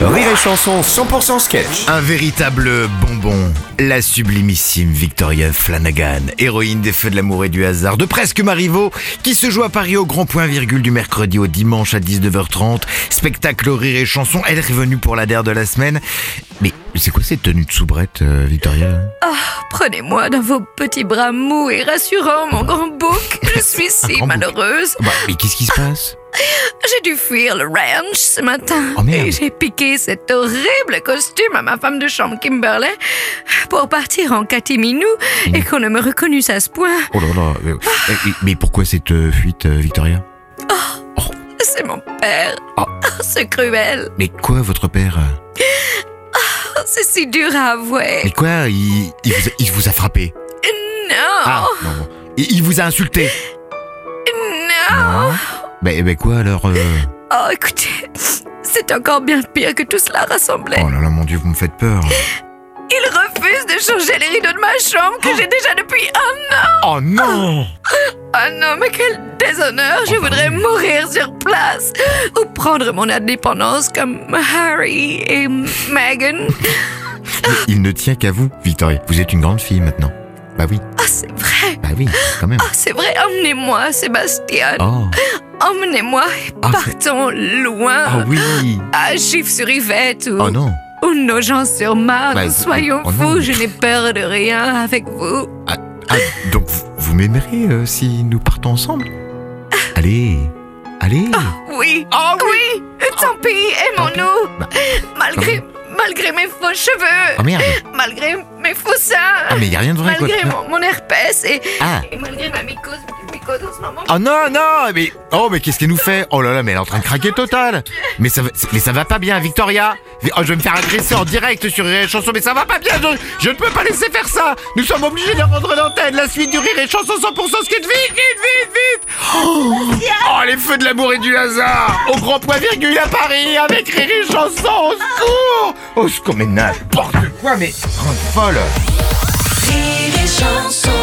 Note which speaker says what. Speaker 1: Rire et Chanson 100% sketch.
Speaker 2: Un véritable bonbon, la sublimissime Victoria Flanagan, héroïne des Feux de l'amour et du hasard, de presque Marivaux, qui se joue à Paris au grand point virgule du mercredi au dimanche à 19h30. Spectacle Rire et Chanson, elle est revenue pour la der de la semaine. Mais c'est quoi cette tenue de soubrette, euh, Victoria
Speaker 3: Prenez-moi dans vos petits bras mous et rassurants, mon grand bouc. Je suis si
Speaker 2: grand bouc.
Speaker 3: malheureuse.
Speaker 2: bah, Mais qu'est-ce qui se passe
Speaker 3: J'ai dû fuir le ranch ce matin.
Speaker 2: Oh, merde.
Speaker 3: et j'ai piqué cet horrible costume à ma femme de chambre Kimberley pour partir en catiminou
Speaker 2: Mm.
Speaker 3: et qu'on ne me reconnusse à ce point.
Speaker 2: Oh là là, euh, euh, mais pourquoi cette euh, fuite, euh, Victoria
Speaker 3: C'est mon père.
Speaker 2: Ah.
Speaker 3: Oh, c'est cruel.
Speaker 2: Mais quoi, votre père
Speaker 3: Oh, c'est si dur à
Speaker 2: Mais
Speaker 3: avouer.
Speaker 2: quoi, il, il vous, a, il vous a frappé
Speaker 3: Non,
Speaker 2: Ah, non, bon. Il, il vous a insulté
Speaker 3: non.
Speaker 2: Non. Mais, mais Bah, eh quoi alors euh
Speaker 3: Oh, écoutez, c'est encore bien pire que tout cela rassemblé.
Speaker 2: Oh là là, mon dieu, vous me faites peur.
Speaker 3: Il refuse de changer les rideaux de ma chambre
Speaker 2: Ah.
Speaker 3: que j'ai déjà depuis un an.
Speaker 2: Oh non
Speaker 3: Oh non, mais quel déshonneur Je voudrais mourir sur place ou prendre mon indépendance comme Harry et Meghan.
Speaker 2: Il ne tient qu'à vous, Victoria. Vous êtes une grande fille maintenant. Bah oui,
Speaker 3: Oh, c'est vrai
Speaker 2: bah oui, quand même.
Speaker 3: Oh, c'est vrai, emmenez-moi, Sébastien
Speaker 2: Oh,
Speaker 3: Emmenez-moi et
Speaker 2: Ah, c'est-
Speaker 3: partons loin
Speaker 2: ah oui
Speaker 3: À Gif-sur-Yvette ou,
Speaker 2: Oh non
Speaker 3: ou Nogent-sur-Marne,
Speaker 2: Bah,
Speaker 3: soyons
Speaker 2: oh non.
Speaker 3: fous, je n'ai peur de rien avec vous.
Speaker 2: Ah, ah, donc vous, vous m'aimerez euh, si nous partons ensemble Allez, allez
Speaker 3: Oui,
Speaker 2: ah
Speaker 3: oui, tant pis, aimons-nous
Speaker 2: Bah,
Speaker 3: Malgré, malgré mes faux cheveux
Speaker 2: Oh merde
Speaker 3: malgré mes faux seins,
Speaker 2: Ah mais y a rien de vrai quoi
Speaker 3: malgré mon, mon herpès et,
Speaker 2: Ah
Speaker 3: et malgré ma mycose, mycose en ce moment.
Speaker 2: Oh non, non, mais oh mais qu'est-ce qu'elle nous fait Oh là là, mais elle est en train de craquer total. Mais ça, va- mais ça va pas bien, Victoria. Oh, je vais me faire agresser en direct sur Rire et Chanson, mais ça va pas bien. Je, je ne peux pas laisser faire ça. Nous sommes obligés de rendre l'antenne. La suite du Rire et Chanson 100% ce qui est vite, vite, vite, vite. Oh, Oh, les feux de l'amour et du hasard au grand point virgule à Paris avec Rire et Chanson. Au secours, au secours, mais n'importe quoi, mais grande folle.
Speaker 4: Rire et chanson